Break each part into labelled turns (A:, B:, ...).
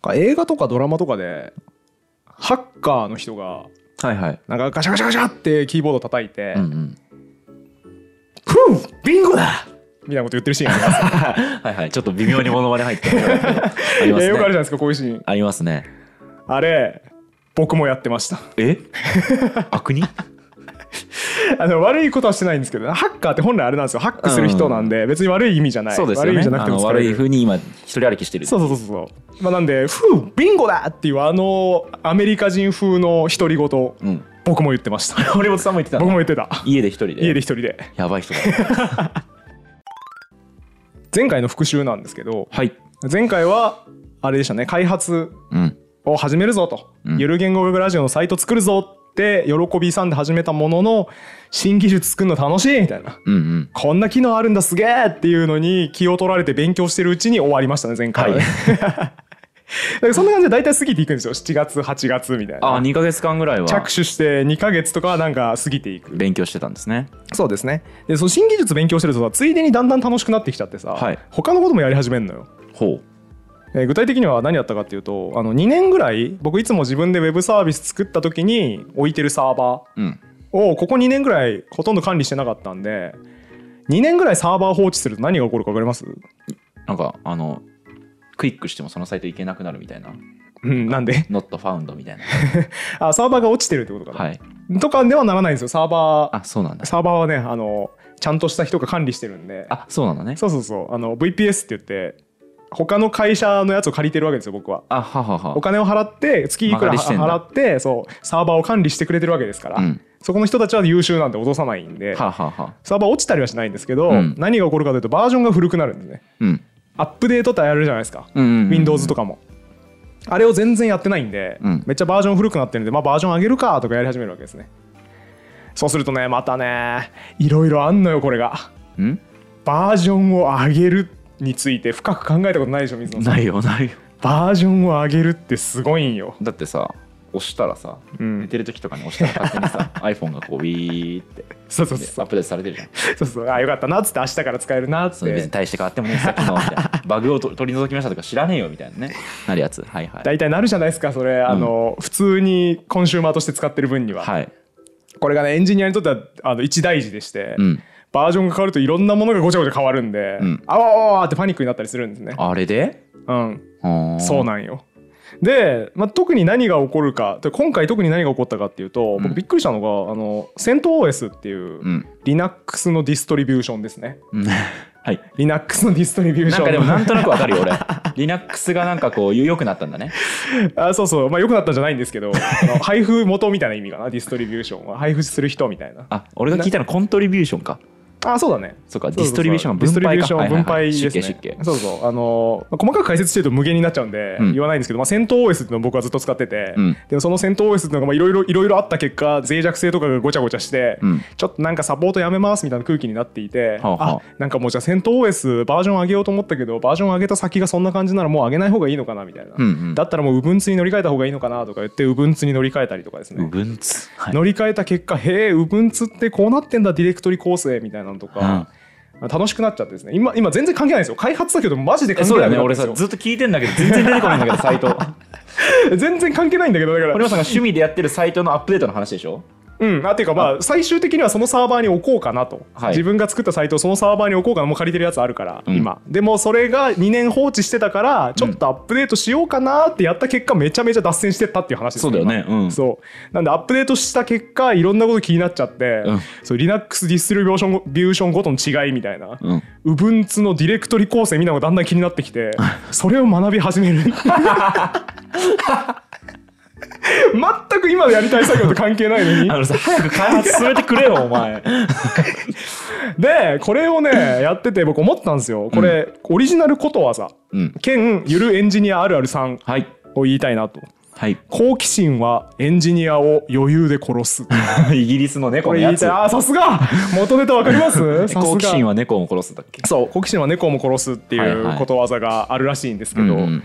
A: か映画とかドラマとかでハッカーの人が
B: はいはい。
A: なんかガシャガシャガシャってキーボード叩いて
B: うんうん。
A: 「ふう!
B: ビンゴだ。」
A: みたいなこと言ってるシーンあ ります
B: はいはい。ちょっと微妙にモノマネ入ってる。 ありま
A: いや
B: す
A: よくあるじゃない
B: ね。
A: ですかこういうシーン
B: ありますね。
A: あれ僕もやってました
B: え？悪人？
A: あの悪いことはしてないんですけどハッカーって本来あれなんですよハックする人なんで別に悪い意味じゃない、
B: そうです
A: 悪
B: よ
A: い意味
B: ね
A: じゃ。なく
B: あ
A: ても
B: の
A: 使われ
B: 悪
A: る
B: い風に今一人歩きしてる。
A: そうそうそうそうまあなんで「ふうビンゴだ!」っていうあのアメリカ人風の独り言
B: うん。
A: 僕も言ってました
B: 堀本さんも言ってた
A: 僕も言ってた
B: 家で一人で。
A: 家で一人で
B: やば い人だ。
A: 前回の復習なんですけど
B: はい。
A: 前回はあれでしたね開発
B: うん。
A: を始めるぞと、
B: うん
A: ゆる言語ウェブラジオのサイト作るぞって喜びさんで始めたものの新技術作るの楽しいみたいな
B: うんうん。
A: こんな機能あるんだすげえっていうのに気を取られて勉強してるうちに終わりましたね前 回はね、だからそんな感じで大体過ぎていくんですよ7月8月みたい
B: あ、
A: な
B: 二ヶ月間ぐらいは
A: 着手して2ヶ月とかはなんか過ぎていく
B: 勉強してたんですね。
A: そうですねでその新技術勉強してるとさついでにだんだん楽しくなってきちゃってさ、
B: はい
A: 他のこともやり始めるのよ
B: ほう。
A: えー具体的には何だったかっていうとあの2年ぐらい僕いつも自分でウェブサービス作った時に置いてるサーバ
B: うん。
A: ーをここ2年ぐらいほとんど管理してなかったんで2年ぐらいサーバー放置すると何が起こるか分かります
B: なんかあのクリックしてもそのサイト行けなくなるみたいな。
A: うん、なんで
B: not found みたいな。
A: あサーバーが落ちてるってことかな、
B: はい。
A: とかではならないんですよサーバ
B: あ、そうなん
A: ー
B: だ。
A: サーバーはねあのちゃんとした人が管理してるんで
B: あ、そうなんだね。
A: そうそうそうあの VPS って言って他の会社のやつを借りてるわけですよ僕は
B: あ、ははは
A: お。金を払って月いくら
B: 間借りしてんだ
A: 払ってそうサーバーを管理してくれてるわけですから、
B: うん。
A: そこの人たちは優秀なんで落とさないんで、
B: ははは。
A: サーバー落ちたりはしないんですけど、
B: うん
A: 何が起こるかというとバージョンが古くなるんですね。
B: うん。
A: アップデートってやるじゃないですか、
B: うんうんうん
A: Windows とかも。あれを全然やってないんで、
B: うん
A: めっちゃバージョン古くなってるんで、まあ、バージョン上げるかとかやり始めるわけですね。そうするとね、またね、いろいろあんのよ、これが。
B: うん
A: バージョンを上げるについて深く考えたことないでしょ、水野さん。
B: ないよないよ
A: バージョンを上げるってすごいんよ。
B: だってさ押したらさ、
A: うん
B: 寝てる時とかに押したら勝手 にさ iPhone がこうウィーってで
A: そうそ
B: ア
A: うそう。
B: ップデートされてるじゃん
A: そうそうあよかったなっつって明日から使えるなっつ
B: そ
A: っ
B: れ別
A: て
B: に大して変わってもねさっきのみたいな バグをと取り除きましたとか知らねえよみたいなねなるやつはいはい
A: 大体なるじゃないですかそれ、あの普通にコンシューマーとして使ってる分には、
B: はい
A: これがねエンジニアにとってはあの一大事でして、
B: うん
A: バージョンが変わるといろんなものがごちゃごちゃ変わるんで、
B: うん
A: あわあわあわってパニックになったりするんですね
B: あれで
A: うん
B: そ
A: そうなんよで、まあ、特に何が起こるかで今回特に何が起こったかっていうと、
B: うん
A: 僕びっくりしたのがあの CentOS っていう、
B: うん
A: Linux のディストリビューションですね
B: うん はい
A: Linux のディストリビューシ
B: な
A: ョン
B: んかでもなんんとなくわかるよ 俺 Linux がなんかこう良くなったんだね
A: あそうそうまあ良くなったんじゃないんですけどあの配布元みたいな意味かなディストリビューションは配布する人みたいな
B: あ俺が聞いたのはコントリビューションか
A: あそうだね
B: そうかディストリビューションは分
A: デ
B: 配
A: ィストリビュ
B: か
A: ーションは分
B: はいはいは
A: 配
B: い
A: ですね、
B: 出家出家
A: そうそうあのー細かく解説してると無限になっちゃうんで、
B: うん
A: 言わないんですけど、まあ、戦闘 OS っていうのを僕はずっと使ってて、
B: うん
A: でもその戦闘 OS っていうのがまあいろいろいろいろあった結果脆弱性とかがごちゃごちゃして、
B: うん
A: ちょっとなんかサポートやめますみたいな空気になっていて、
B: はあはあ
A: なんかもうじゃあ戦闘 OS バージョン上げようと思ったけどバージョン上げた先がそんな感じならもう上げない方がいいのかなみたいな、
B: うんうん
A: だったらもう Ubuntu に乗り換えた方がいいのかなとか言って Ubuntu に乗り換えたりとかですね、
B: うぶんつはい
A: 乗り換えた結果へえ Ubuntu ってこうなってんだディレクトリ構成みたいなのとか、楽しくなっちゃってですね今今全然関係ないんですよ開発だけどマジで
B: え
A: 関係
B: そうだ
A: ない
B: よね
A: んで
B: 俺
A: す
B: さ
A: よ
B: ずっと聞いてんだけど全然出てこないんだけどサイト
A: 全然関係ないんだけどだか
B: 堀
A: ら
B: 本さんが趣味でやってるサイトのアップデートの話でしょ
A: うんあっていうかまあ最終的にはそのサーバーに置こうかなと、
B: はい
A: 自分が作ったサイトをそのサーバーに置こうかなもう借りてるやつあるから、
B: うん
A: 今でもそれが2年放置してたからちょっとアップデートしようかなってやった結果めちゃめちゃ脱線してったっていう話です
B: そうだよね
A: 今
B: うん
A: そうなんでアップデートした結果いろんなこと気になっちゃって、
B: うん
A: そう Linux ディストリビューションビューションごとの違いみたいな、
B: うん
A: ウブンツのディレクトリ構成みんなのがだんだん気になってき てそれを学び始める 全く今やりたい作業と関係ないのに
B: あのさ早く開発進めてく れよお前
A: でこれをねやってて僕思ったんですよこれ、オリジナルことわざ
B: うん
A: 兼ゆるエンジニアあるあるさん
B: はい
A: を言いたいなと
B: はい
A: 好奇心はエンジニアを余裕で殺す
B: イギリスの
A: こ
B: 猫の
A: れ言
B: や
A: いた
B: つ
A: いあーさすが元ネタわかります さすが
B: 好奇心は猫を殺すんだっけ
A: そう好奇心は猫も殺すって
B: はい
A: い
B: は
A: う
B: い
A: ことわざがあるらしいんですけ
B: うん
A: ど、
B: うん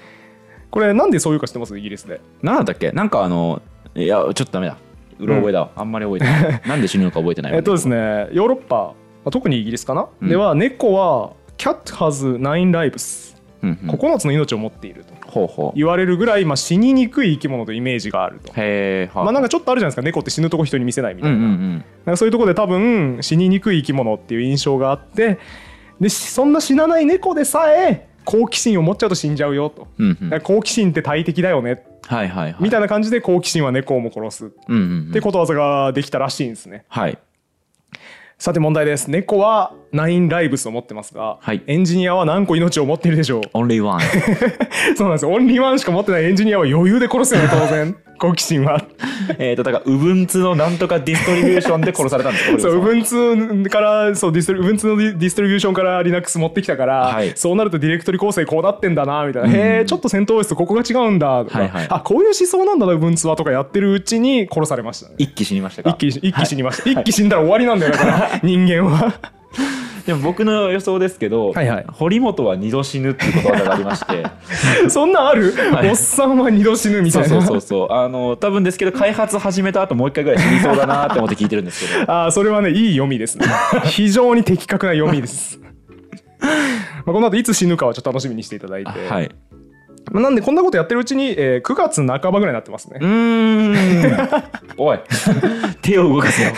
A: これなんでそういうか知ってますイギリスで
B: なんだっけなんかあのいやちょっとダメだうろ覚えだわあんまり覚えてない なんで死ぬのか覚えてないわ
A: えっとですねヨーロッパまあ特にイギリスかな、
B: うん
A: では猫は Cat has nine lives
B: ううんうん
A: 9つの命を持っていると
B: ほうほう。
A: 言われるぐらい、まあ、死ににくい生き物というイメージがあると。
B: へえ、は
A: まあ、
B: い
A: なんかちょっとあるじゃないですか猫って死ぬとこ人に見せないみた
B: う
A: い
B: ん
A: な,、
B: うんうん。
A: なんかそういうとこで多分死ににくい生き物っていう印象があってでしそんな死なない猫でさえ好奇心を持っちゃうと死んじゃうよと、
B: うんう
A: だ
B: ん
A: から好奇心って大敵だよね
B: はいはいはい。
A: みた
B: い
A: いな感じで好奇心は猫をも殺すっ
B: うんうんう
A: て
B: ん。
A: ことわざができたらしいんですね。
B: はい。
A: さて問題です猫はナインライブスを持ってますが、
B: はい
A: エンジニアは何個命を持っているでしょう
B: Only one。
A: そうなんですよオンリーワンしか持ってないエンジニアは余裕で殺すよね当 然好奇心は
B: えっと、だから、ウブンツのなんとかディストリビューションで殺されたん ですか
A: そう
B: ン
A: Ubuntu からそうディストリ Ubuntu のディディストリビューションから Linux 持ってきたから、
B: はい
A: そうなるとディレクトリ構成こうなってんだなみたいな、
B: うん
A: へえちょっと戦闘室ここが違うんだとか、
B: はいはい
A: あこういう思想なんだな Ubuntu はとかやってるうちに殺されましたね
B: 一気死にましたか
A: 一気に一気死にました、一気死んだら終わりなんだよだから人間 は
B: でも僕の予想ですけど、
A: はいはい
B: 堀本は二度死ぬっていうことわざがありまして
A: そんなんある、
B: はい
A: おっさんは二度死ぬみた
B: そ
A: いうな
B: そうそうそうあの多分ですけど開発始めた後もう一回ぐらい死にそうだなって思って聞いてるんですけど
A: あーそれはねいい読みですね 非常に的確な読みですまあこの後いつ死ぬかはちょっと楽しみにしていただいて、
B: はい
A: まあ、なんでこんなことやってるうちに、えー9月半ばぐらいになってますね
B: う、ーん おい手を動かせよ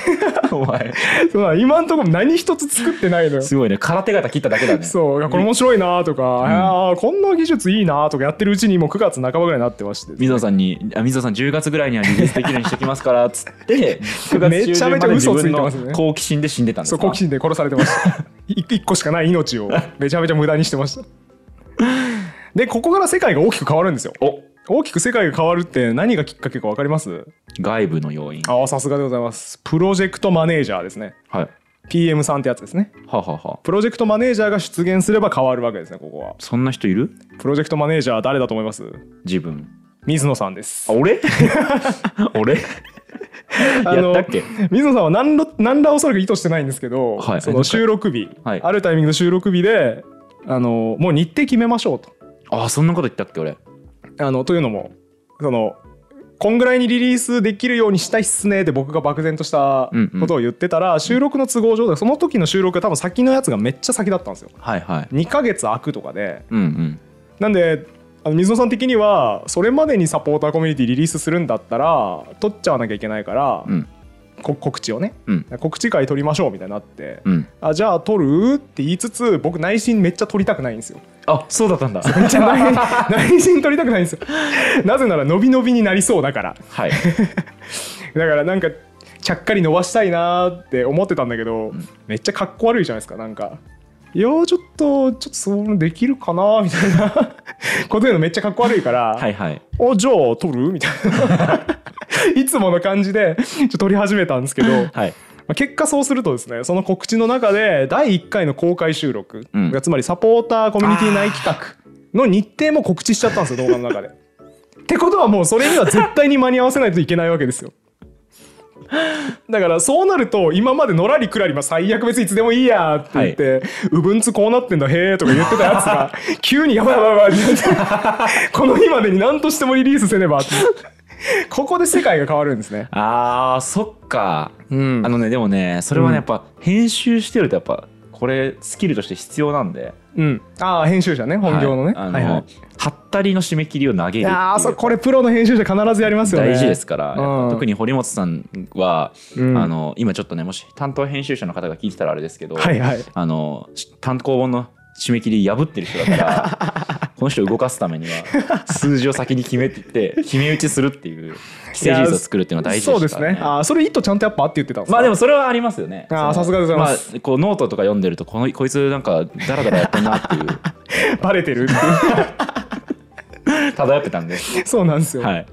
B: お前
A: そうだ今んとこ何一つ作ってないのよ
B: すごいね空手型切っただけだね
A: そういやこれ面白いなとか、あーこんな技術いいなとかやってるうちにもう9月半ばぐらいになってまして
B: 水野さんにあ水野さん10月ぐらいにはリリースできるようにしてきますからっつって 9月中
A: めちゃめ
B: 旬
A: ちゃ
B: まで自
A: 嘘ついて
B: 分
A: ますね
B: の好奇心で死んでたんです
A: そう
B: か
A: 好奇心で殺されてました い一個しかない命をめちゃめちゃ無駄にしてましたでここから世界が大きく変わるんですよ
B: お
A: 大きく世界が変わるって何がきっかけか分かります
B: 外部の要因
A: ああさすがでございますプロジェクトマネージャーですね
B: はい
A: PM さんってやつですね
B: はあはあはあ
A: プロジェクトマネージャーが出現すれば変わるわけですねここは
B: そんな人いる
A: プロジェクトマネージャー誰だと思います
B: 自分
A: 水野さんです
B: あ俺 俺
A: あ
B: や
A: の
B: ったっけ
A: 水野さんは何ら何らおそらく意図してないんですけど、
B: はい
A: その収録日、
B: はい
A: あるタイミングの収録日であのもう日程決めましょうと。
B: あそんなこと言ったっけ俺
A: あのというのもそのこんぐらいにリリースできるようにしたいっすねで僕が漠然とした
B: うんうん
A: ことを言ってたら、収録の都合上でその時の収録が多分先のやつがめっちゃ先だったんですよ。
B: はいはい
A: 2ヶ月空くとかで
B: うんうん
A: なんであの水野さん的にはそれまでにサポーターコミュニティリリースするんだったら取っちゃわなきゃいけないから、
B: うん
A: こ告知をね
B: うん
A: 告知会取りましょうみたいになって、
B: うん
A: あじゃあ撮るって言いつつ僕内心めっちゃ撮りたくないんですよ
B: あそうだったんだ
A: めっちゃ内内心撮りたくないんですよ なぜなら伸び伸びになりそうだから
B: はい
A: だからなんかちゃっかり伸ばしたいなーって思ってたんだけど、めっちゃかっこ悪いじゃないですかなんかいやーちょっとちょっとそうできるかなーみたいな こと言うのめっちゃかっこ悪いから、
B: はいはい
A: おじゃあ撮るみたいな いつもの感じでちょっと撮り始めたんですけど、ま
B: はい
A: あ結果そうするとですねその告知の中で第1回の公開収録が、
B: うん
A: つまりサポーターコミュニティ内企画の日程も告知しちゃったんですよ動画の 中で。ってことはもうそれには絶対に間に合わせないといけないわけですよ。だからそうなると今までのらりくらりまあ最悪別にいつでもいいやって言って「うぶんつこうなってんだへえ」とか言ってたやつ が急に「やばいやばいやばい」ってなってこの日までに何としてもリリースせねばってここで世界が変わるんですね。
B: あーそっか
A: うん
B: あのねでもねそれは
A: うん
B: ねやっぱ編集してるとやっぱこれスキルとして必要なんで
A: うん、ああ編集者ね本業のね。
B: は
A: はいい
B: あ
A: は
B: の
A: い
B: はったりの締め切りを投げるってい
A: いうやーそうこれプロの編集者必ずやりますよね。
B: 大事ですから、やっぱ
A: うん
B: 特に堀本さんは、
A: うん
B: あの今ちょっとねもし担当編集者の方が聞いてたらあれですけど、
A: はいはい
B: あのし単行本の締め切り破ってる人だから この人を動かすためには数字を先に決めてって決め打ちするっていう既成事実を作るっていうのは大事
A: そう
B: で
A: ですす
B: から、ね、
A: ね。ああそれ意図ちゃんとやっぱあって言ってたんですか
B: まあでもそれはありますよね。
A: あー
B: その
A: さすがでございます。
B: まあこうノートとか読んでるとこのこいつなんかダラダラやってんなっていう
A: バレてるって
B: 漂ってたんで。
A: いうそうなんですよ。
B: はい。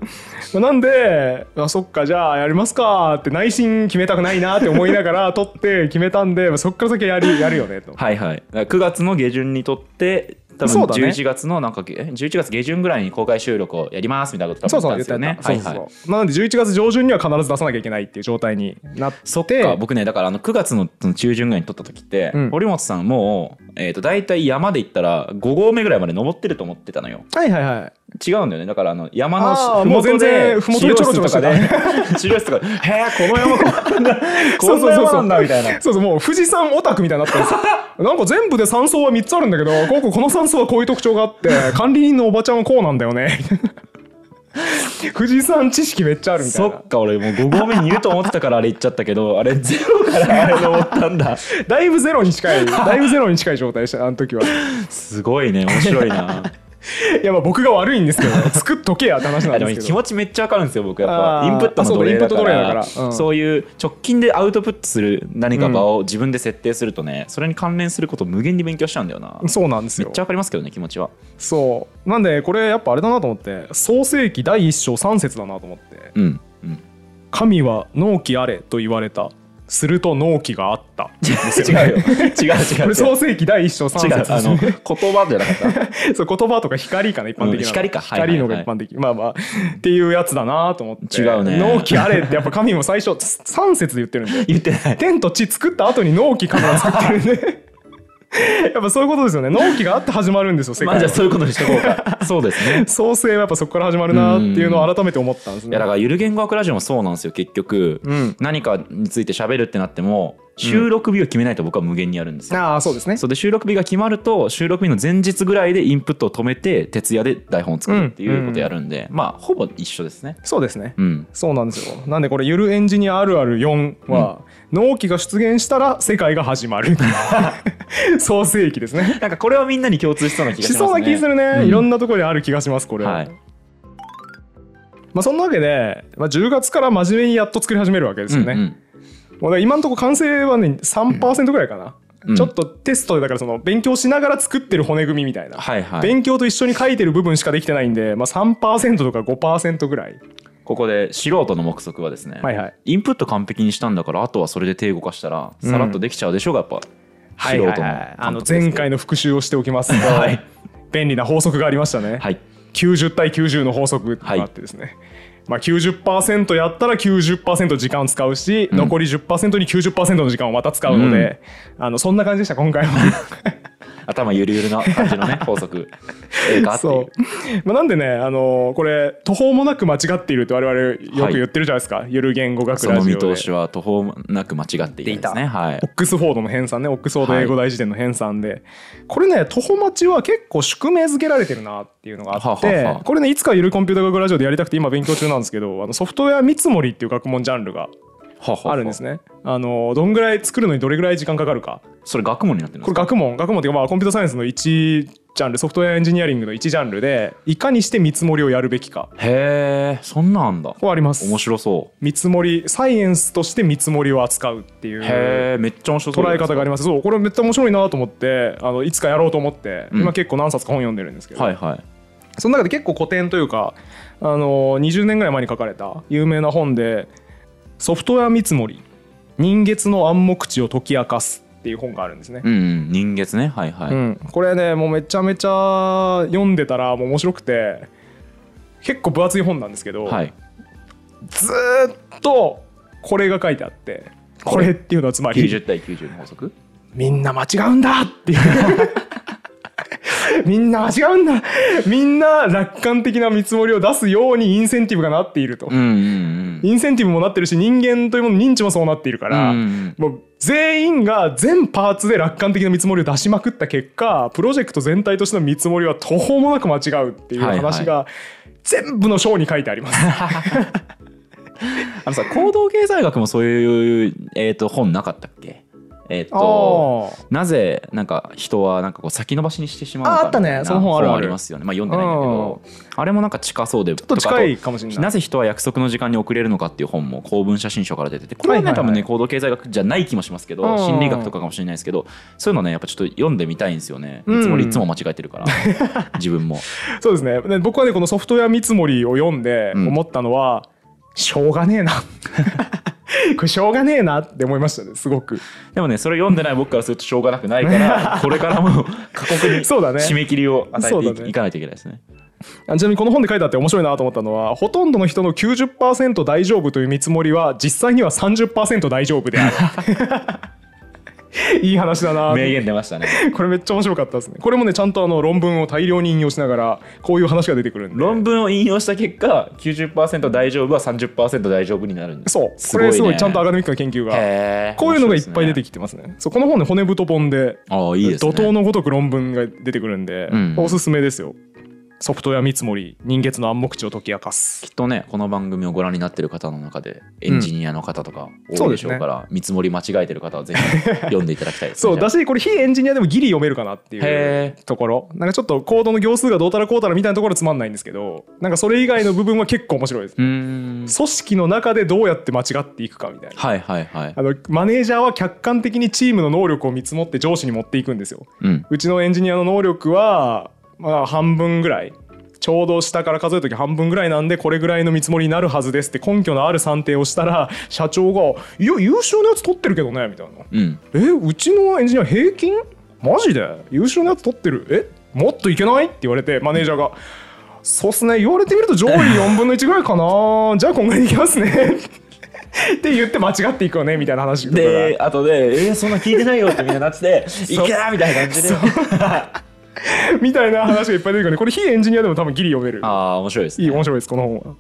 A: まあなんで、あ、そっかじゃあやりますかって内心決めたくないなって思いながら撮って決めたんで、まあそっから先やるやるよねと。
B: はいはい。だから9月の下旬にとって、多分
A: そうだね
B: 11月のなんか、え11月下旬ぐらいに公開収録をやりますみたいなこと
A: そ
B: 多
A: うそう
B: 分
A: 言
B: 言
A: っ
B: った
A: て
B: ん
A: ね
B: で。
A: そ
B: す
A: う
B: よ
A: そう
B: ね。はい
A: そ。
B: はいう
A: まあなんで11月上旬には必ず出さなきゃいけないっていう状態になって。
B: そっか僕ねだからあの9月の中旬ぐらいに撮った時って、
A: うん
B: 堀本さんもうえー、と大体山で行ったら5合目ぐらいまで登ってると思ってたのよ
A: はいはいはい
B: 違うんだよねだからあの山の
A: あー
B: ふ
A: も
B: も
A: う全
B: と
A: 然
B: で
A: ふもとでちょろちょろ
B: と
A: して
B: か
A: た
B: で 治療室とかで「へえこの山こんな こんな山なんだ」みたいな
A: そうそうもう富士山オタクみたいになってるんです よなんか全部で山荘は3つあるんだけどこうこうこの山荘はこういう特徴があって管理人のおばちゃんはこうなんだよね富士山知識めっちゃあるみた
B: そ
A: いな
B: っか俺もう5合目にいると思ってたからあれ行っちゃったけどあれゼロからあれ登ったんだ
A: だいぶゼロに近 いだいぶゼロに近い状態でしたあの時はい
B: すごいね面白いな
A: やまあ僕が悪いん ですけど作っとけやって話な
B: あ
A: んで
B: でも
A: す
B: 気
A: けど
B: 持ちめっちゃわかるんですよ僕やっぱ
A: あー
B: インプットの奴隷
A: あそうだインプ
B: だか
A: ット奴隷だ
B: ら
A: からうん
B: そういう直近でアウトプットする何か場を自分で設定するとね、それに関連すること無限に勉強しちゃうんだよな
A: そうなんです
B: め
A: よ
B: っちゃわかりますけどね気持ちは
A: そうなんでこれやっぱあれだなと思って創世紀第一章3節だなと思って
B: うんうん
A: 「神は納期あれ」と言われたすると納期があった
B: 違うよ 違う違
A: こ
B: う違
A: れ
B: う
A: 創世紀第一章
B: 違
A: 3
B: う
A: 節で
B: あ
A: す
B: の
A: ね
B: 言葉じゃなかっ た
A: そう言葉とか光かな一般的なの、
B: うん光かはい
A: 光のが一般的、まあまあっていうやつだなと思って
B: 違うね
A: 納期あれってやっぱ神も最初3節で言ってるんで
B: 言ってない
A: 天と地作った後に納期神が作ってるん でやっぱそういうことですよね納期があって始まるんですよ世
B: まあ
A: 界
B: じゃ
A: は
B: あそういうことにしとこうか そうですね
A: 創世はやっぱそこから始まるなっていうのを改めて思ったんです
B: い
A: ね
B: やだからゆる言語学ラジオもそうなんですよ結局、
A: うん
B: 何かについて喋るってなっても収録日を決めないと僕は無限にやるんですよ、
A: ああそうですね
B: そうで収録日が決まると収録日の前日ぐらいでインプットを止めて徹夜で台本を作るっていうことをやるんで、まあほぼ一緒ですね
A: そうですね
B: うん
A: そうなんですよなんでこれ「ゆるエンジニアあるある4は」納期が出現したら世界が始ま る創世紀ですね
B: なんかこれはみんなに共通しそうな気がし
A: し
B: ますね
A: そうな気するね、
B: うん
A: いろんなところにある気がしますこれは、
B: はい
A: まあ、そんなわけで、まあ、10月から真面目にやっと作り始めるわけですよね、
B: うんうん
A: もうね今のところ完成はね3%ぐらいかな、
B: うん
A: ちょっとテストでだからその勉強しながら作ってる骨組みみたいな、
B: はいはい
A: 勉強と一緒に書いてる部分しかできてないんで、まあ、3%とか5%ぐらい
B: ここで素人の目測はですね、
A: はいはい
B: インプット完璧にしたんだからあとはそれで手動かしたらさらっとできちゃうでしょうがやっぱ、素人の感覚ですね、
A: あの前回の復習をしておきますと、
B: はい
A: 便利な法則がありましたね、
B: はい
A: 90対90の法則があってですね、まあ、90%やったら90%時間を使うし、残り10%に90%の時間をまた使うので、あのそんな感じでした今回は
B: 頭ゆるゆるな感じ のね法則ええかっていう
A: そう、まあ、なんでね、あのこれ途方もなく間違っているって我々よく言ってるじゃないですか、ゆる言語学
B: そ
A: ラ
B: の
A: ジ
B: 見
A: オで
B: 通しは途方もなく間違っていたんですねはい
A: オックスフォードの編纂ねオックスフォード英語大辞典の編纂で、これね徒歩待ちは結構宿命づけられてるなっていうのがあって
B: はあはあはあ
A: これねいつかゆるコンピューター学ラジオでやりたくて今勉強中なんですけ どあのソフトウェア見積もりっていう学問ジャンルがあるんです
B: ね
A: ねあのどんぐらい作るのにどれぐらい時間かかるか
B: それ学問になってるんで
A: これ
B: すか
A: 学問学問っていうかまあコンピューターサイエンスの1ジャンルソフトウェアエンジニアリングの1ジャンルでいかにして見積もりをやるべきか
B: へえそんなんあんだ
A: こうあります
B: 面白そ
A: 見積もりサイエンスとして見積もりを扱うっていう
B: うへえめっちゃ面白そう
A: 捉え方があり
B: ま
A: ますそうこれめっちゃ面白いなと思ってあのいつかやろうと思って、
B: うん
A: 今結構何冊か本読んでるんですけど、
B: はいはい
A: その中で結構古典というかあの20年ぐらい前に書かれた有名な本で「ソフトウェア見積もり人月の暗黙知を解き明かす」っていう本があるんですね。
B: うんうん人月ねはいはい、
A: うんこれねもうめちゃめちゃ読んでたらもう面白くて結構分厚い本なんですけど、
B: はい
A: ずーっとこれが書いてあってこれっていうのはつまり
B: 90対90の法則
A: みんな間違うんだっていう。 みんな間違うんだみんな楽観的な見積もりを出すようにインセンティブがなっていると、
B: うんうんうん
A: インセンティブもなってるし人間というものの認知もそうなっているから、
B: うんうん
A: もう全員が全パーツで楽観的な見積もりを出しまくった結果プロジェクト全体としての見積もりは途方もなく間違うっていう話が、全部の章に書いてあります
B: あのさ行動経済学もそういう、えー、と本なかったっけえっ、
A: あ
B: と
A: ー
B: なぜなんか人はなんかこう先延ばしにしてしまうの
A: あ
B: か
A: あったね
B: みたいな
A: その本あるある
B: りますよね。まあ読んでないんだけど、あれもなんか近そうでちょっ
A: ちょっと近いかもしれない
B: なぜ人は約束の時間に遅れるのかっていう本も公文写真書から出ててこれはね、
A: はいはいはい
B: 多分ね行動経済学じゃない気もしますけど、
A: うん
B: 心理学とかかもしれないですけどそういうのねやっぱちょっと読んでみたいんですよね。
A: うん
B: いつもいつも間違えて るから自分も。
A: そうですねで僕はねこのソフトウェア見積もりを読んで
B: うん
A: 思ったのは、しょうが ねえなこれしょうがねえなって思いましたねすごく
B: でもねそれ読んでない僕からするとしょうがなくないから これからも過酷に
A: そうだね
B: 締め切りを与
A: そう
B: え
A: だ
B: てい,、
A: ね
B: かないといけないですね。
A: あちなみにこの本で書いてあって面白いなと思ったのはほとんどの人の90%大丈夫という見積もりは実際には30%大丈夫であるいい話だな
B: 名言出ましたね
A: これめっちゃ面白かったですねこれもねちゃんとあの論文を大量に引用しながらこういう話が出てくるんで
B: 論文を引用した結果90%大丈夫は30%大丈夫になるんです
A: そうこれすごいちゃんとアカデミックな研究が
B: へー
A: こういうのがいっぱい出て
B: 面白ですね
A: きてますねそうこの本ね骨太本で
B: ああいいです
A: 怒
B: ね
A: 涛のごとく論文が出てくるんで、
B: うん
A: おすすめですよソフトウェア見積もり人月の暗黙知を解き明かす
B: きっとねこの番組をご覧になってる方の中でエンジニアの方とか多いでしょうから、見積もり間違えてる方はぜ ひ読んでいただきたいですね
A: そう
B: じゃ
A: だ
B: あ
A: しこれ非エンジニアでもギリ読めるかなってい
B: へ
A: うところなんかちょっとコードの行数がどうたらこうたらみたいなところつまんないんですけどなんかそれ以外の部分は結構面白いです
B: うーん
A: 組織の中でどうやって間違っていくかみたいな
B: はいはいはい
A: あのマネージャーは客観的にチームの能力を見積もって上司に持っていくんですよ
B: うん
A: うちのエンジニアの能力は、まあ、半分ぐらいちょうど下から数える時半分ぐらいなんでこれぐらいの見積もりになるはずですって根拠のある算定をしたら社長が「いや優秀なやつ取ってるけどね」みたいな
B: うん
A: 「えうちのエンジニア平均マジで優秀なやつ取ってるえもっといけない?」って言われてマネージャーが「そうっすね言われてみると上位4分の1ぐらいかなじゃあこんぐらいでいきますね」って言って間違っていくよねみたいな話とかが
B: で後で「えー、そんな聞いてないよ」ってみんななって て「いけー!」みたいな感じで
A: みたいな話がいっぱい出てくるんでこれ非エンジニアでも多分ギリ読める
B: ああ面白いです、ね、
A: いい面白いですこの本は。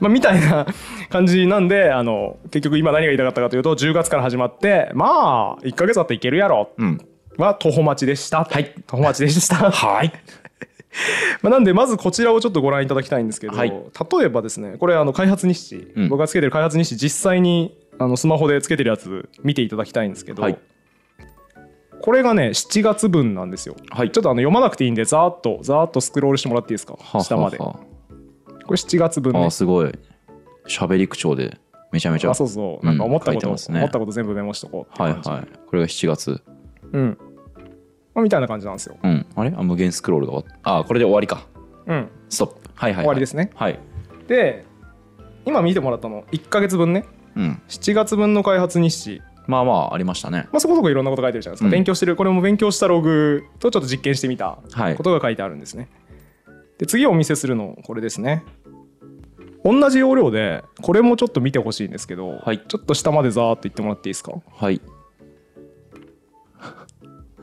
A: まあ、みたいな 感じなんであの結局今何が言いたかったかというと10月から始まってまあ1ヶ月あっていけるやろ
B: うん
A: は徒歩待ちでした。はい、徒歩待ちで した。はい まあなんでまずこちらをちょっとご覧いただきたいんですけど、
B: はい
A: 例えばですねこれあの開発日誌、
B: うん
A: 僕がつけてる開発日誌実際にあのスマホでつけてるやつ見ていただきたいんですけど、
B: はい
A: これがね7月分なんですよ、
B: はい
A: ちょっとあの読まなくていいんでざーっとざーっとスクロールしてもらっていいですか
B: はあ
A: 下まで
B: は
A: これ7月分
B: あはああ
A: ね
B: ーすごい喋り口調でめちゃめちゃ
A: あそうそうなんか思った
B: うん
A: こ
B: 書
A: と、
B: いてますね
A: 思ったこと全部メモしとこうって
B: はい
A: 感じ
B: はいこれが7月
A: うんまあ、みたいな感じなんですよ、
B: うんあれあ無限スクロールが終わったあーこれで終わりか
A: うん、
B: ストップはいはい、はい、
A: 終わりですね
B: はい
A: で今見てもらったの1ヶ月分ね
B: うん
A: 7月分の開発日誌、
B: まあまあありましたね
A: まあ、そこそこいろんなこと書いてるじゃないですか、
B: うん
A: 勉強してるこれも勉強したログとちょっと実験してみた
B: はい
A: ことが書いてあるんですねで次お見せするのこれですね同じ要領でこれもちょっと見てほしいんですけど、
B: はい
A: ちょっと下までざーっと言ってもらっていいですか
B: はい。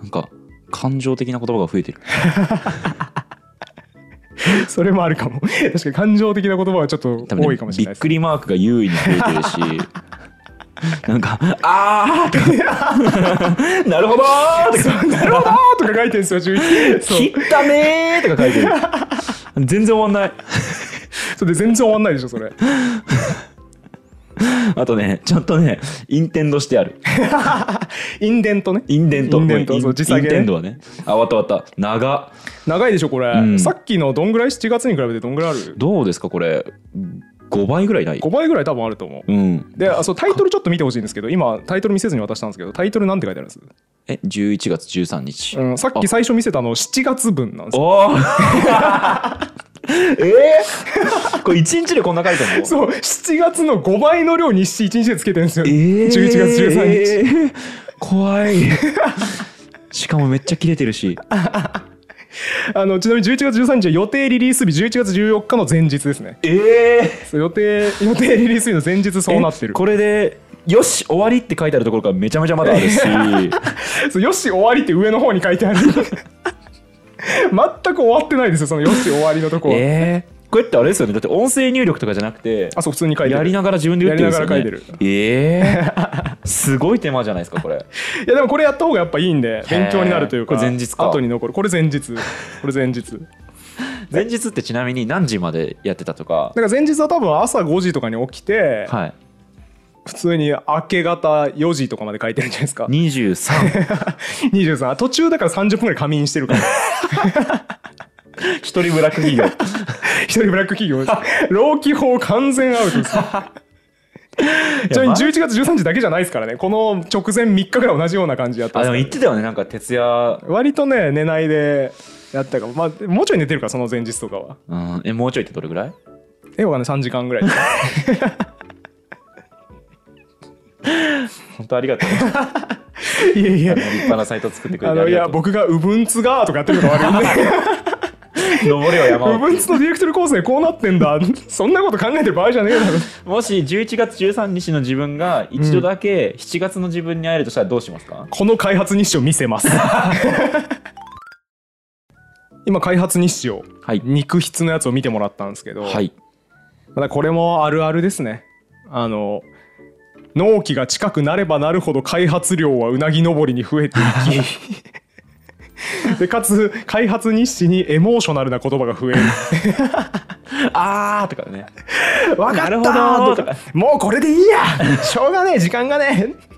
B: なんか、感情的な言葉が増 えてる。
A: それもあるかも確かに感情的な言葉はちょっと
B: 多分ね
A: 多いかもしれ
B: び
A: ない
B: っ
A: です
B: くりマークが優位に増え てるし、なんか、あーとか、なるほどーと か、
A: なるほどーとか書いてるん ですよ11そう
B: 切ったねーとか書いてる。全然終わんない。
A: それで全然終わんないでしょそれ
B: あとね、ちゃんとね、インテンドしてある。
A: インデントね
B: インデント。
A: インデント
B: これ
A: そう時差
B: イン
A: ゲー
B: テンドはね。あ、終わった終わった。長。
A: 長いでしょこれ、
B: うん
A: さっきのどんぐらい7月に比べてどんぐらいある
B: どうですか、これ。5倍ぐらいない
A: 5倍ぐらい多分あると思う
B: うん。
A: であそうタイトルちょっと見てほしいんですけど今タイトル見せずに渡したんですけどタイトルなんて書いてあるんです、
B: え、11月13日。
A: うん、さっき最初見せたの7月分なんですよ
B: おお えー、 これ一日でこんな書いてんの
A: そう7月の5倍の量日誌1日でつけてるんですよ、
B: えー、
A: 11月13日、
B: 日、 怖いしかもめっちゃ切れてるし
A: あのちなみに11月13日は予定リリース日11月14日の前日ですね
B: えー、
A: そう予定予定リリース日の前日そうなってる
B: これでよし終わりって書いてあるところからめちゃめちゃまだあ るし
A: そうよし終わりって上の方に書いてある 全く終わってないですよそのよし終わりのとこは、
B: えー、これってあれですよねだって音声入力とかじゃなくて
A: あそう普通に書いてる
B: やりながら自分で打ってるんですよ、ね、
A: やりながら書い
B: えー、すごい手間じゃないですかこれ
A: いやでもこれやった方がやっぱいいんで勉強になるというか
B: これ前日か
A: 後に残るこれ前日これ前日だか
B: 前日ってちなみに何時までやってたと から
A: 前日は多分朝5時とかに起きて、
B: はい
A: 普通に明け方4時とかまで書いてるんじゃないですか
B: 23
A: 23あ途中だから30分ぐらい仮眠してるから
B: 一人ブラック企業
A: 一人ブラック企業です老基法完全アウト ですちなみに11月13日だけじゃないですからねこの直前3日ぐらい同じような感じやってま
B: あ
A: す
B: で
A: か
B: も
A: ら
B: 言ってたよねなんか徹夜、
A: 割とね寝ないでやったかも、まあ、もうちょい寝てるからその前日とかは
B: うん、えもうちょいってどれぐらい
A: えわかんない3時間ぐらい
B: 本当あ りがと う
A: いやいや
B: 立派なサイト作ってく れ
A: あ
B: てあ
A: のい
B: り
A: や
B: がとう
A: 僕が「うぶんつが」とかやってるのが悪いんで
B: 登れよ山
A: 部
B: を
A: 分つのディレクトル構成こうなってんだそんなこと考えてる場合じゃねえだろ
B: もし11月13日の自分が一度だけ7月の自分に会えるとしたらどうしますか、
A: この開発日誌を見せます 今開発日誌を
B: はい
A: 肉筆のやつを見てもらったんですけど、
B: はい
A: まだこれもあるあるですねあの納期が近くなればなるほど開発量はうなぎ登りに増えてい きでかつ開発日誌にエモーショナルな言葉が増え る
B: あーとかね
A: 「わかった!」
B: なるほど
A: とか「もうこれでいいやしょうがねえ時間がね え」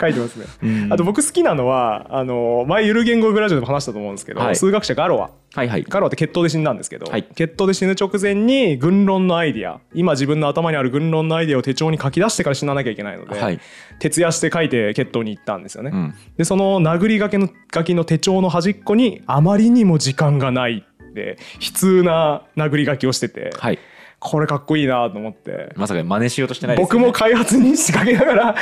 A: 書いてますね、
B: うん
A: あと僕好きなのはあの前ゆる言語グラジオでも話したと思うんですけど、
B: はい
A: 数学者ガロア
B: はいはい
A: ガロアって決闘で死んだんですけど、
B: はい
A: 決闘で死ぬ直前に軍論のアイディア今自分の頭にある軍論のアイディアを手帳に書き出してから死ななきゃいけないので、
B: はい
A: 徹夜して書いて決闘に行ったんですよね、
B: うん
A: でその殴り書きの書きの手帳の端っこにあまりにも時間がないって悲痛な殴り書きをしてて、
B: はい
A: これかっこいいなと思って。
B: まさか真似しようとしてないです、
A: 僕
B: ね、
A: も開発に仕掛けなが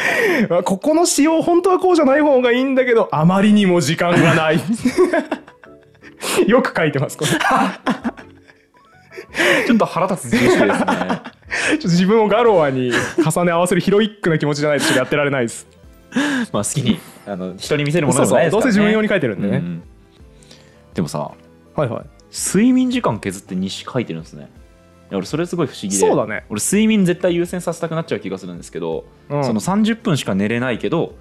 A: ら ここの仕様本当はこうじゃない方がいいんだけどあまりにも時間がない よく書いてますこれちょ
B: ちょっと腹立つ自意識です ね
A: っと自分をガロアに重ね合わせるヒロイックな気持ちじゃないとちょっとやってられないです
B: まあ好きにあの人に見せるも
A: そ
B: ので
A: う
B: もない
A: そうど
B: ですか
A: う
B: ら、ね、
A: せ自分用に書いてるんでね、
B: うんでもさ
A: はいはい
B: 睡眠時間削って日誌書いてるんですねいや俺それすごい不思議で
A: そうだね
B: 俺睡眠絶対優先させたくなっちゃう気がするんですけど、
A: うん
B: その30分しか寝れないけど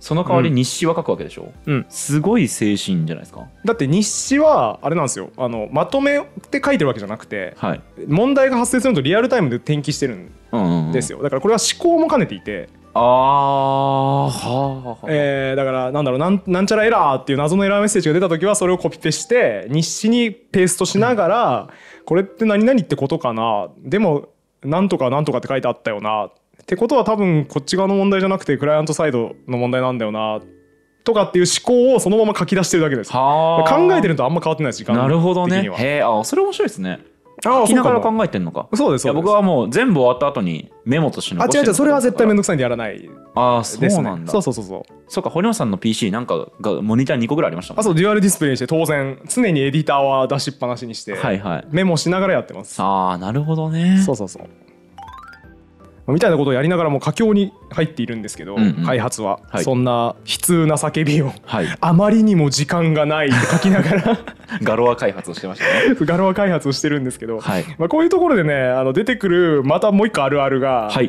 B: その代わり日誌は書くわけでしょ、
A: うん
B: すごい精神じゃないですか
A: だって日誌はあれなんですよあのまとめって書いてるわけじゃなくて
B: はい、
A: 問題が発生するのとリアルタイムで転記してるん
B: うんうんうん
A: ですよだからこれは思考も兼ねていて
B: ああはあはあ、
A: えーだからなんだろうなんなんちゃらエラーっていう謎のエラーメッセージが出た時はそれをコピペして日誌にペーストしながら、これって何々ってことかなでもなんとかなんとかって書いてあったよなってことは多分こっち側の問題じゃなくてクライアントサイドの問題なんだよなとかっていう思考をそのまま書き出してるだけです
B: はあ
A: 考えてるのとあんま変わってない時間
B: なるほどね
A: 的には
B: へえあそれ面白いですね
A: あ
B: 書
A: あそ
B: き
A: う
B: ながら
A: かも
B: 考えてんのか
A: そうです
B: い
A: そ
B: や
A: うです
B: 僕はもう全部終わった後にメモとして
A: あ
B: 残して
A: 違う違うそれは絶対めん
B: 面
A: どくさいんでやらないですね
B: ああそうなんだ
A: そうそうそうそう
B: そうか堀本さんの PC なんかがモニター2個ぐらいありましたもん
A: あそうデュアルディスプレイにして当然常にエディターは出しっぱなしにして、
B: はいはい
A: メモしながらやってます
B: ああなるほどね
A: そうそうそう。みたいなことをやりながらもう佳境に入っているんですけど、
B: うんうん
A: 開発は、
B: はい
A: そんな悲痛な叫びを
B: はい
A: あまりにも時間がないって書きなが ら
B: ガロア開発をしてましたね
A: ガロア開発をしてるんですけど、
B: はい
A: まあ、こういうところでねあの出てくるまたもう一個あるあるが、
B: はい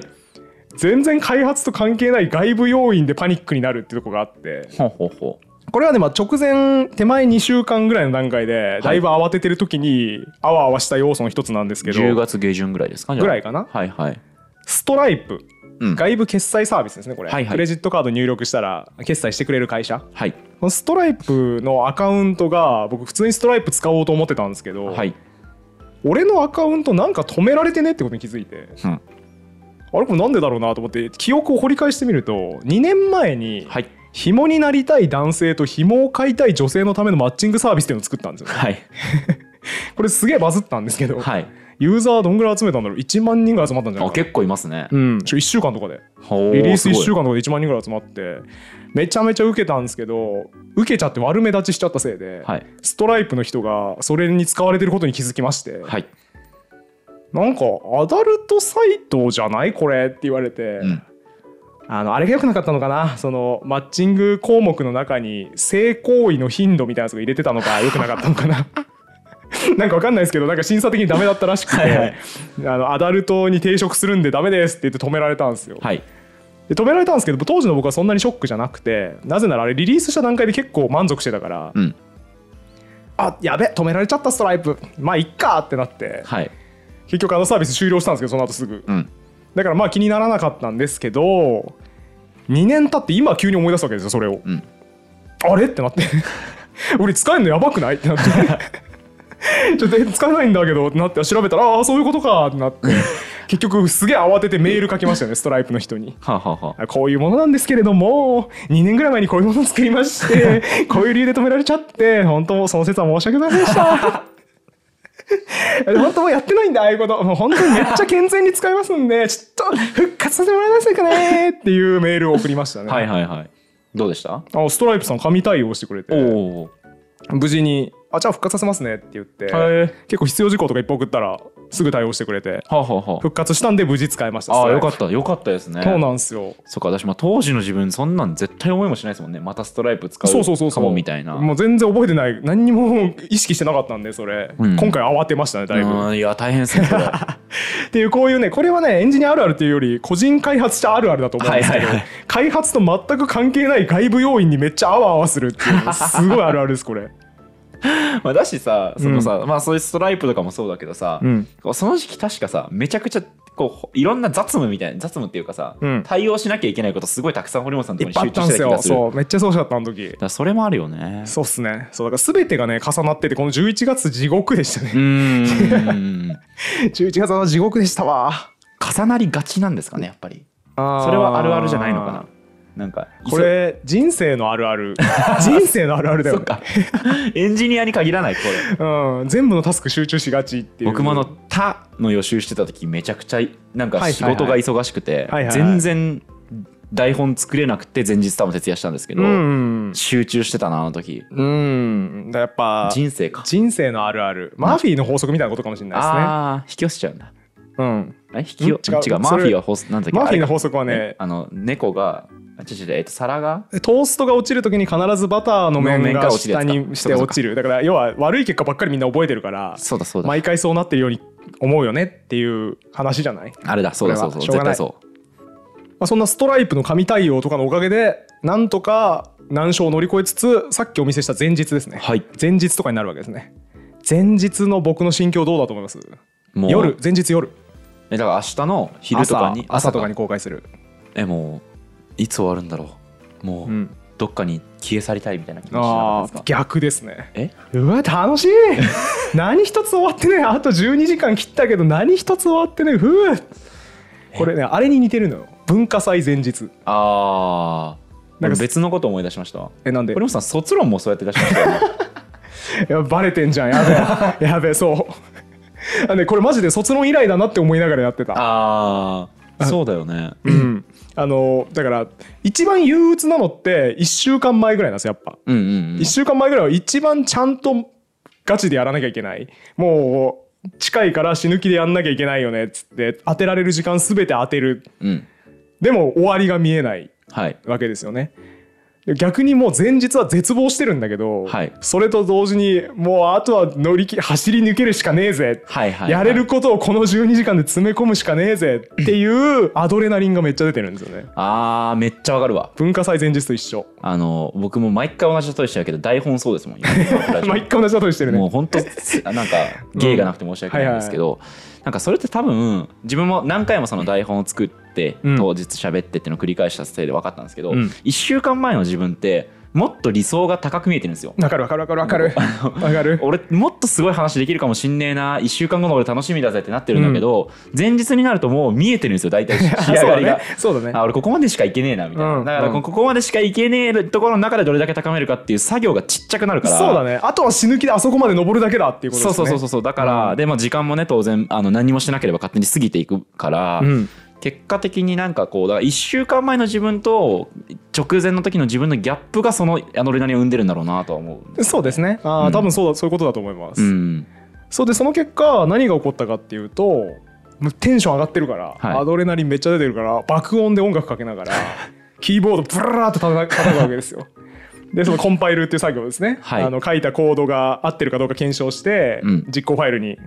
A: 全然開発と関係ない外部要因でパニックになるってとこがあって
B: ほうほうほう
A: これはね、まあ、直前手前2週間ぐらいの段階でだいぶ慌ててる時にあわあわした要素の一つなんですけど、
B: 10月下旬ぐらいですかじゃあ
A: ぐらいかな
B: はいはい
A: ストライプ
B: うん
A: 外部決済サービスですねこれ、
B: はいはい
A: クレジットカード入力したら決済してくれる会社
B: はい
A: このストライプのアカウントが僕普通にストライプ使おうと思ってたんですけど、
B: はい
A: 俺のアカウントなんか止められてねってことに気づいて
B: うん
A: あれこれなんでだろうなと思って記憶を掘り返してみると2年前に
B: はい
A: 紐になりたい男性と紐を買いたい女性のためのマッチングサービスっていうのを作ったんですよね
B: はい
A: これすげえバズったんですけど、
B: はい
A: ユーザーどんぐらい集めたんだろう1万人ぐらい集まったんじゃな
B: あ
A: いかな
B: 結構いますね
A: うん、1週間とかで
B: ほう
A: リリース1
B: す
A: 週
B: ご
A: 間
B: い
A: とかで1万人ぐらい集まってめちゃめちゃ受けたんですけど受けちゃって悪目立ちしちゃったせいで、
B: はい
A: ストライプの人がそれに使われてることに気づきまして、
B: はい
A: なんかアダルトサイトじゃないこれって言われて、
B: うん
A: あのあれが良くなかったのかなそのマッチング項目の中に性行為の頻度みたいなやつが入れてたのか良くなかったのかな なんかわかんないですけどなんか審査的にダメだったらしくて
B: はいはい
A: あのアダルトに抵触するんでダメですって言って止められたんですよ、
B: はい
A: で止められたんですけど当時の僕はそんなにショックじゃなくてなぜならあれリリースした段階で結構満足してたから、
B: うん
A: あやべ止められちゃったストライプまあいっかってなって
B: はい
A: 結局あのサービス終了したんですけどその後すぐ
B: うん
A: だからまあ気にならなかったんですけど2年経って今急に思い出すわけですよそれを、
B: ん
A: あれってなって 俺使えるのやばくないってなって ちょっとえ使えないんだけどってなって調べたらああそういうことかってなって結局すげえ慌ててメール書きましたよねストライプの人に。
B: はあ、はあはあ、
A: こういうものなんですけれども2年ぐらい前にこういうものを作りまして こういう理由で止められちゃって本当その説は申し訳ございませんでした 本当もうやってないんだああいうこともう本当にめっちゃ健全に使いますんでちょっと復活させてもらえませんかねっていうメールを送りましたね、
B: はいはいはいどうでした
A: あストライプさん神対応してくれて
B: おお
A: 無事にあじゃあ復活させますねって言って、
B: はい
A: 結構必要事項とかいっぱい送ったらすぐ対応してくれて
B: はあ、はあは
A: 復活したんで無事使えました
B: あ、ああよか
A: た
B: ったよかったですね
A: そうなんですよ
B: そっか私も当時の自分そんなん絶対思いもしないですもんねまたストライプ使う
A: そうそうそうそ
B: か
A: う
B: もみたいな
A: もう全然覚えてない何にも意識してなかったんでそれ、
B: うん
A: 今回慌てましたねだいぶ、
B: うんいや大変ですねそれ
A: っていうこういうねこれはねエンジニアあるあるというより個人開発者あるあるだと思うんですけど、
B: はいはいはい
A: 開発と全く関係ない外部要因にめっちゃあわあわするって いうすごいあるあるですこれ。
B: まあだしさそのさ、まあそういうストライプとかもそうだけどさ、
A: うん
B: こうその時期確かさめちゃくちゃこういろんな雑務みたいな雑務っていうかさ、
A: うん
B: 対応しなきゃいけないことすごいたくさん堀本さんの
A: い
B: とこ
A: っ
B: に
A: ぱいあ
B: 集
A: った
B: 中
A: んで
B: してた
A: すよ
B: 気がするだか
A: そうめっちゃそうしだったあの時
B: らそれもあるよね
A: そうっすねそうだから全てがね重なっててこの11月地獄でした
B: う
A: ね
B: ーん
A: 11月は地獄でしたわ
B: 重なりがちなんですかねやっぱり
A: そ
B: それはあるあるじゃないのかななんか
A: これ人生のあるあ る人生のあるあるだ
B: そ
A: よ
B: っ
A: ね
B: かエンジニアに限らないこれ
A: うん、全部のタスク集中しがちっていう
B: 僕もあの「他」の予習してた時めちゃくちゃなん
A: はいはいは
B: か
A: い
B: 仕事が忙しくて
A: はいはい
B: 全然台本作れなくて前日多分徹夜したんですけど
A: うん
B: 集中してたなあの時
A: うんだからやっぱ
B: 人生か
A: 人生のあるあるマーフィーの法則みたいなことかもしれない
B: ああ引き寄せちゃうんだ
A: ですね。うん、
B: え引き寄
A: うん違う
B: 違うマー
A: そ
B: フ
A: れ
B: ィーはホスなんだっけ
A: マーフィーの
B: あれか
A: 法則はね
B: えあの猫があ違う違うえっと皿が
A: トーストが落ちるときに必ずバターの面
B: の面
A: が
B: が落ちるや
A: 下
B: つか
A: にして落ちるだから要は悪い結果ばっかりみんな覚えてるから
B: そうだそうだ
A: 毎回そうなってるように思うよねっていう話じゃない、
B: あれだそうだそうそう
A: これはしょう
B: 絶
A: がない
B: 対そう
A: まあ、そんなストライプの神対応とかのおかげでなんとか難所を乗り越えつつさっきお見せした前日ですね、
B: はい
A: 前日とかになるわけですね前日の僕の心境どうだと思います
B: もう
A: 夜前日夜
B: えだから明日の昼とかに
A: 朝朝とか
B: に
A: に公開する、
B: えもういつ終わるんだろうも
A: う
B: う、
A: ん、
B: どっかに消え去りたいみたいな気持ちになか
A: あ
B: った
A: あ
B: ですか
A: 逆ですね
B: え
A: うわ楽 しい何一つ終わってねあと12時間切ったけど何一つ終わってねふうこれねあれに似てるのよ文化祭前日
B: あ
A: なんか
B: あ別のこと思い出しました
A: えなんで
B: 堀本さん卒論もそうやって出しましたよね
A: いやバレてんじゃんやべえやべえそうあねこれマジで卒論以来だなって思いながらやってた
B: ああそうだよね
A: うんあのだから一番憂鬱なのって1週間前ぐらいなんですよやっぱ
B: うんうん、うん
A: 1、週間前ぐらいは一番ちゃんとガチでやらなきゃいけないもう近いから死ぬ気でやんなきゃいけないよねっつって当てられる時間全て当てる
B: うん、
A: でも終わりが見えない
B: はい
A: わけですよねで逆にもう前日は絶望してるんだけど、
B: はい
A: それと同時にもうあとは乗り切走り抜けるしかねえぜ、
B: はいはいはい
A: やれることをこの12時間で詰め込むしかねえぜっていうアドレナリンがめっちゃ出てるんですよね
B: あーめっちゃわかるわ
A: 文化祭前日と一緒
B: あの僕も毎回同じことしてるけど台本そうですもん 今
A: 毎回同じことしてるね
B: もう本当なんか芸がなくて申し訳ないんですけど、なんかそれって多分自分も何回もその台本を作っ
A: うん
B: て、当日喋ってっていうのを繰り返したせいで分かったんですけど、
A: うん
B: 1週間前の自分ってもっと理想が高く見えてるんですよ。
A: わかるわかるわかるわかるわか る
B: 俺もっとすごい話できるかもしんねえな1週間後の俺楽しみだぜってなってるんだけど、前日になるともう見えてるんですよ 大体仕上がりが。
A: そうだね。そうだ
B: あ
A: ね
B: 俺ここまでしかいけねえなみたいな、
A: うん
B: だから
A: うん
B: こここまでしかいけねえところの中でどれだけ高めるかっていう作業がちっちゃくなるから
A: そうだね。あとは死ぬ気であそこまで登るだけだっていうことです
B: そ
A: ね。
B: うそうそうそうそうだから、
A: うん
B: でまあ時間もね当然あの何もしなければ勝手に過ぎていくから、
A: うん
B: 結果的になんかこうだから1週間前の自分と直前の時の自分のギャップがそのアドレナリンを生んでるんだろうなとは思う。
A: そうですね。ああ、
B: うん
A: 多分そうだ、そういうことだと思います。
B: うん、
A: そうで、その結果、何が起こったかっていうと、もうテンション上がってるから、
B: はい
A: アドレナリンめっちゃ出てるから、爆音で音楽かけな がら、キーボードブラーっと叩く叩くわけですよ。で、そのコンパイルっていう作業ですね。
B: はい
A: あの書いたコードが合ってるかどうか検証して、
B: うん
A: 実行ファイルに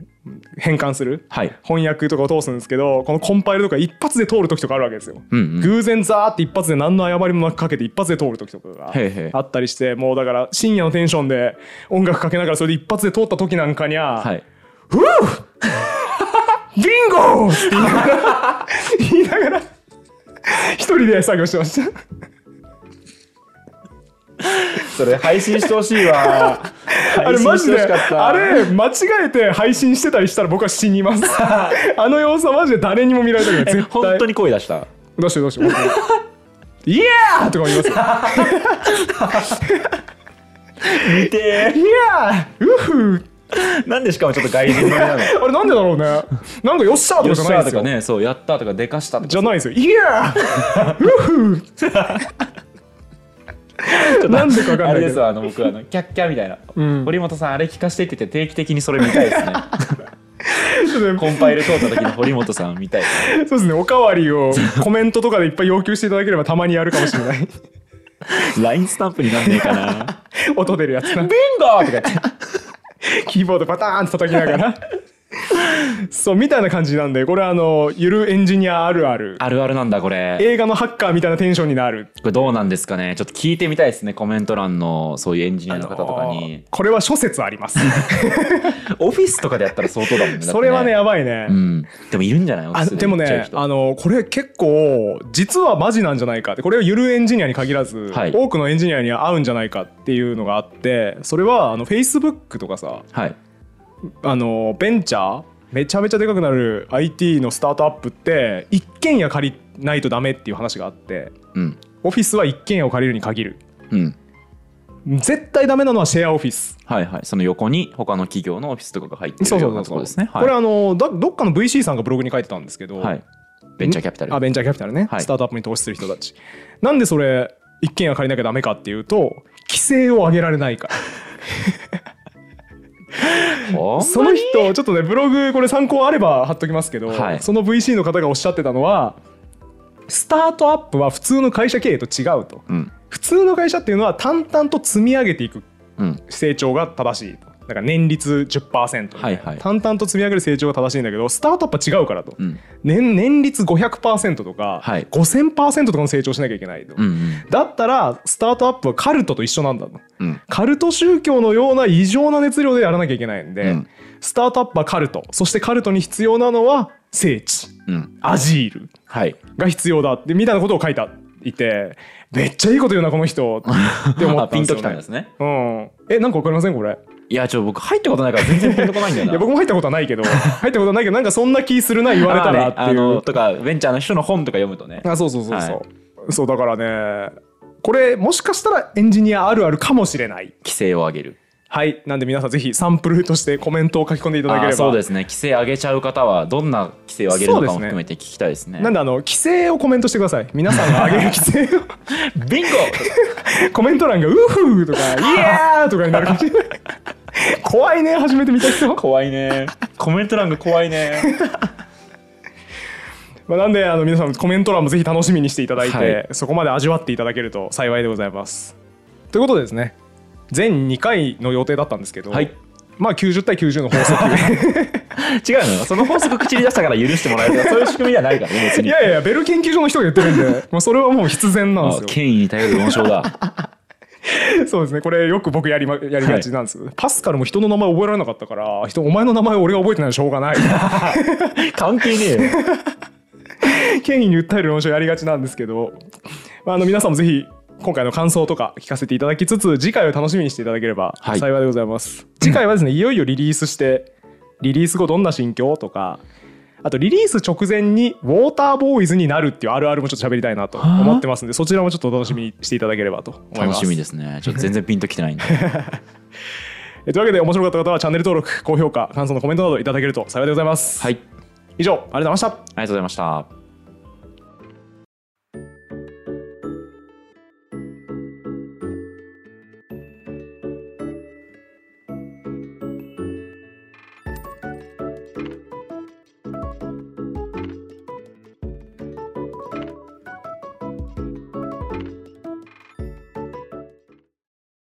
A: 変換する。
B: はい、
A: 翻訳とかを通すんですけどこのコンパイルとか一発で通る時とかあるわけですよ、
B: うんうん
A: 偶然ザーって一発で何の誤りもなくかけて一発で通る時とかが
B: へいへい
A: あったりしてもうだから深夜のテンションで音楽かけながらそれで一発で通った時なんかにゃ、
B: はい、
A: ふうビンゴって言いながら言いながら 一人で作業してました
B: それ配信してほしい わ
A: あれマジで
B: 配信してほしかった
A: あれ間違えて配信してたりしたら僕は死に ますあの様子はマジで誰にも見られたくない
B: え
A: 絶対
B: 本当に声出した
A: どうしてどうして本当にイエーとか言いますよ。
B: 見て
A: イエーウフ
B: ーなんでしかもちょっと外人のなの
A: あ れなんでだろうね。なんかよっしゃーとか
B: よっ
A: じゃ
B: し
A: ない
B: ゃ
A: で
B: ーと
A: すよ。
B: かねそうやったとかでかしたとか
A: じゃないですよ。イエーウフなんでかわかん
B: あ
A: な
B: れ
A: いけ
B: です
A: ど
B: わあの僕あのキャッキャみたいな、
A: うん
B: 堀本さんあれ聞かせてって言って定期的にそれ見たいです ね
A: ちょっと
B: コンパイル通った時の堀本さん見たいですね
A: そうですねおかわりをコメントとかでいっぱい要求していただければたまにやるかもしれない
B: LINE スタンプになんねえかな
A: 音出るやつな
B: ビンゴとか言って
A: キーボードパターンって叩きながらそうみたいな感じなんでこれはあのゆるエンジニアあるある
B: あるあるなんだこれ
A: 映画のハッカーみたいなテンションになる
B: これどうなんですかねちょっと聞いてみたいですねコメント欄のそういうエンジニアの方とかに
A: これは諸説あり ます
B: オフィスとかでやったら相当だもんねだって
A: それはねやばいね、
B: うんでもいるんじゃないオフィ
A: あ
B: スで
A: でも
B: 言っちゃう
A: ね
B: 人
A: あのこれ結構実はマジなんじゃないかってこれはゆるエンジニアに限らず、
B: はい
A: 多くのエンジニアに合うんじゃないかっていうのがあってそれはあの Facebook とかさ
B: はい
A: あのベンチャーめちゃめちゃでかくなる IT のスタートアップって一軒家借りないとダメっていう話があって
B: うん
A: オフィスは一軒家を借りるに限る
B: うん
A: 絶対ダメなのはシェアオフィス
B: はいはいその横に他の企業のオフィスとかが入って
A: そう
B: る
A: そ
B: ような
A: う
B: とこ
A: そう
B: ろですね
A: これあのどどっかの VC さんがブログに書いてたんですけど、
B: はい、はい、ベンチャーキャピタル
A: あベンチャーキャピタルね、
B: はい
A: スタートアップに投資する人たちなんでそれ一軒家借りなきゃダメかっていうと規制を上げられないから
B: ほんまに
A: その人ちょっとねブログこれ参考あれば貼っときますけど、
B: はい
A: その VC の方がおっしゃってたのはスタートアップは普通の会社経営と違うと
B: うん
A: 普通の会社っていうのは淡々と積み上げていく
B: うん
A: 成長が正しいとだから年率10%、
B: はいはい
A: 淡々と積み上げる成長が正しいんだけどスタートアップは違うからと、
B: うん
A: 年年率500%とか、
B: はい
A: 5000%とかの成長しなきゃいけないと、
B: うんうん
A: だったらスタートアップはカルトと一緒なんだと
B: うん
A: カルト宗教のような異常な熱量でやらなきゃいけないんで、
B: うん
A: スタートアップはカルトそしてカルトに必要なのは聖地
B: うん
A: アジール
B: はい
A: が必要だってみたいなことを書いていてめっちゃいいこと言うなこの人って思
B: あ
A: った
B: ピ
A: ん
B: ン
A: です
B: と
A: よ、ね、
B: きたんですね
A: うん、えなんかわかりませんこれ
B: いやちょ僕入ったことないから全然ピンとこないんだよ
A: い
B: な
A: や僕も入ったことはないけど入ったことはないけどなんかそんな気するな言われたらって
B: まあねあ
A: いう、
B: のとかベンチャーの人の本とか読むとね
A: あそうそうそうそう、そうだからねこれもしかしたらエンジニアあるあるかもしれない
B: 規制を上げる
A: はいなんで皆さんぜひサンプルとしてコメントを書き込んでいただけれ
B: あ
A: ば
B: そうですね規制上げちゃう方はどんな規制を上げるのかも
A: そうですね
B: 含めて聞きたいですね
A: なんであの規制をコメントしてください皆さんが上げる規制を
B: ビンゴ
A: コメント欄が「ウフー!」とか「イエー!」とかになるかもしれない怖いね初めて見た人、
B: 怖 いねコメント欄が怖いね
A: まあ、なんであの皆さんコメント欄もぜひ楽しみにしていただいて、
B: はい
A: そこまで味わっていただけると幸いでございますということでですね全2回の予定だったんですけど、
B: はい
A: まあ90対90の法則
B: 違うのよその法則口に出したから許してもらえるとかそういう仕組みではないからね別
A: い
B: に
A: やいやベル研究所の人が言ってるんでもうそれはもう必然なん
B: あ
A: ですよ
B: 権威に頼る論証だ
A: そうですねこれよく僕やり,、ま、やりがちなんですけど、パスカルも人の名前覚えられなかったから人お前の名前俺が覚えてないの しょうがない
B: 関係ねえよ
A: 権威に訴える論証やりがちなんですけど、まあ、あの皆さんもぜひ今回の感想とか聞かせていただきつつ次回を楽しみにしていただければ
B: はい
A: 幸いでございます、次回はですねいよいよリリースしてリリース後どんな心境とかあとリリース直前にウォーターボーイズになるっていうあるあるもちょっと喋りたいなと思ってますんでそちらもちょっとお楽しみにしていただければと思います
B: 楽しみですねちょっと全然ピンときて ないんで
A: えというわけで面白かった方はチャンネル登録高評価感想のコメントなどいただけると幸いでございます、
B: はいありがと
A: 以上ありがとうございました
B: うございました